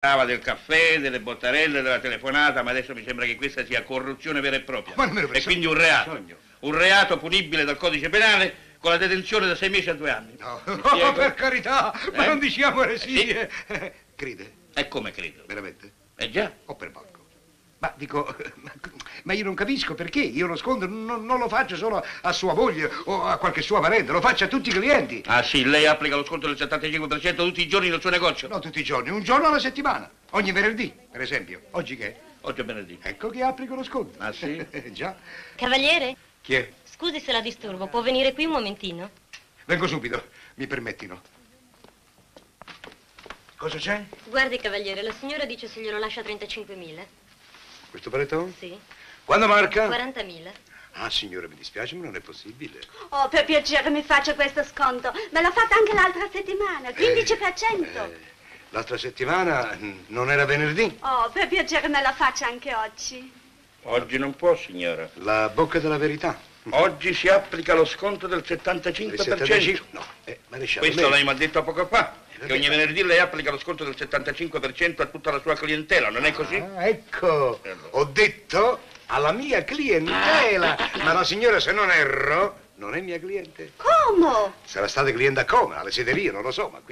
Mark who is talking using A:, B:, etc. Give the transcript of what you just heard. A: parlava del caffè, delle bottarelle, della telefonata, ma adesso mi sembra che questa sia corruzione vera e propria.
B: Ma non me ne
A: e
B: frega.
A: quindi un reato. Un reato punibile dal codice penale con la detenzione da sei mesi a due anni.
B: No,
A: Mi spiego?
B: per carità, ma
A: Eh?
B: non diciamo
A: Eh,
B: eresie. Crede,
A: E come credo?
B: veramente?
A: Eh già.
B: O per poco? Ma dico, ma- ma io non capisco perché, io lo sconto, non, non lo faccio solo a sua moglie o a qualche sua parente, lo faccio a tutti i clienti.
A: Ah sì, lei applica lo sconto del 75% tutti i giorni nel suo negozio.
B: No, tutti i giorni, un giorno alla settimana, ogni venerdì, per esempio. Oggi che? è?
A: Oggi è venerdì.
B: Ecco che applico lo sconto.
A: Ah, sì?
B: Eh, Già.
C: Cavaliere,
B: Chi è?
C: scusi se la disturbo, può venire qui un momentino?
B: Vengo subito, mi permettino. Cosa c'è?
C: Guardi, cavaliere, la signora dice se glielo lascia 35.000.
B: Questo paletone?
C: Sì,
B: Quando marca?
C: 40.000.
B: Ah, signore, mi dispiace, ma non è possibile.
D: Oh, per piacere mi faccia questo sconto. Me l'ha fatto anche l'altra settimana, 15%.
B: Eh, l'altra settimana mm, non era venerdì.
D: Oh, per piacere me la faccia anche oggi.
A: Oggi non può, signora.
B: La bocca della verità.
A: Oggi si applica lo sconto del
B: Il
A: 75%.
B: 75 No, eh, maresciallo.
A: Questo
B: lei-
A: lei mi ha detto poco fa, che
B: Eh, vabbè.
A: ogni venerdì lei applica lo sconto del 75% a tutta la sua clientela, non è così?
B: Ah, ecco,
A: E allora?
B: ho detto alla mia clientela. Ma la signora, se non erro, non è mia cliente.
D: Come?
B: Sarà stata cliente a Coma, alle sederie, non lo so, ma qui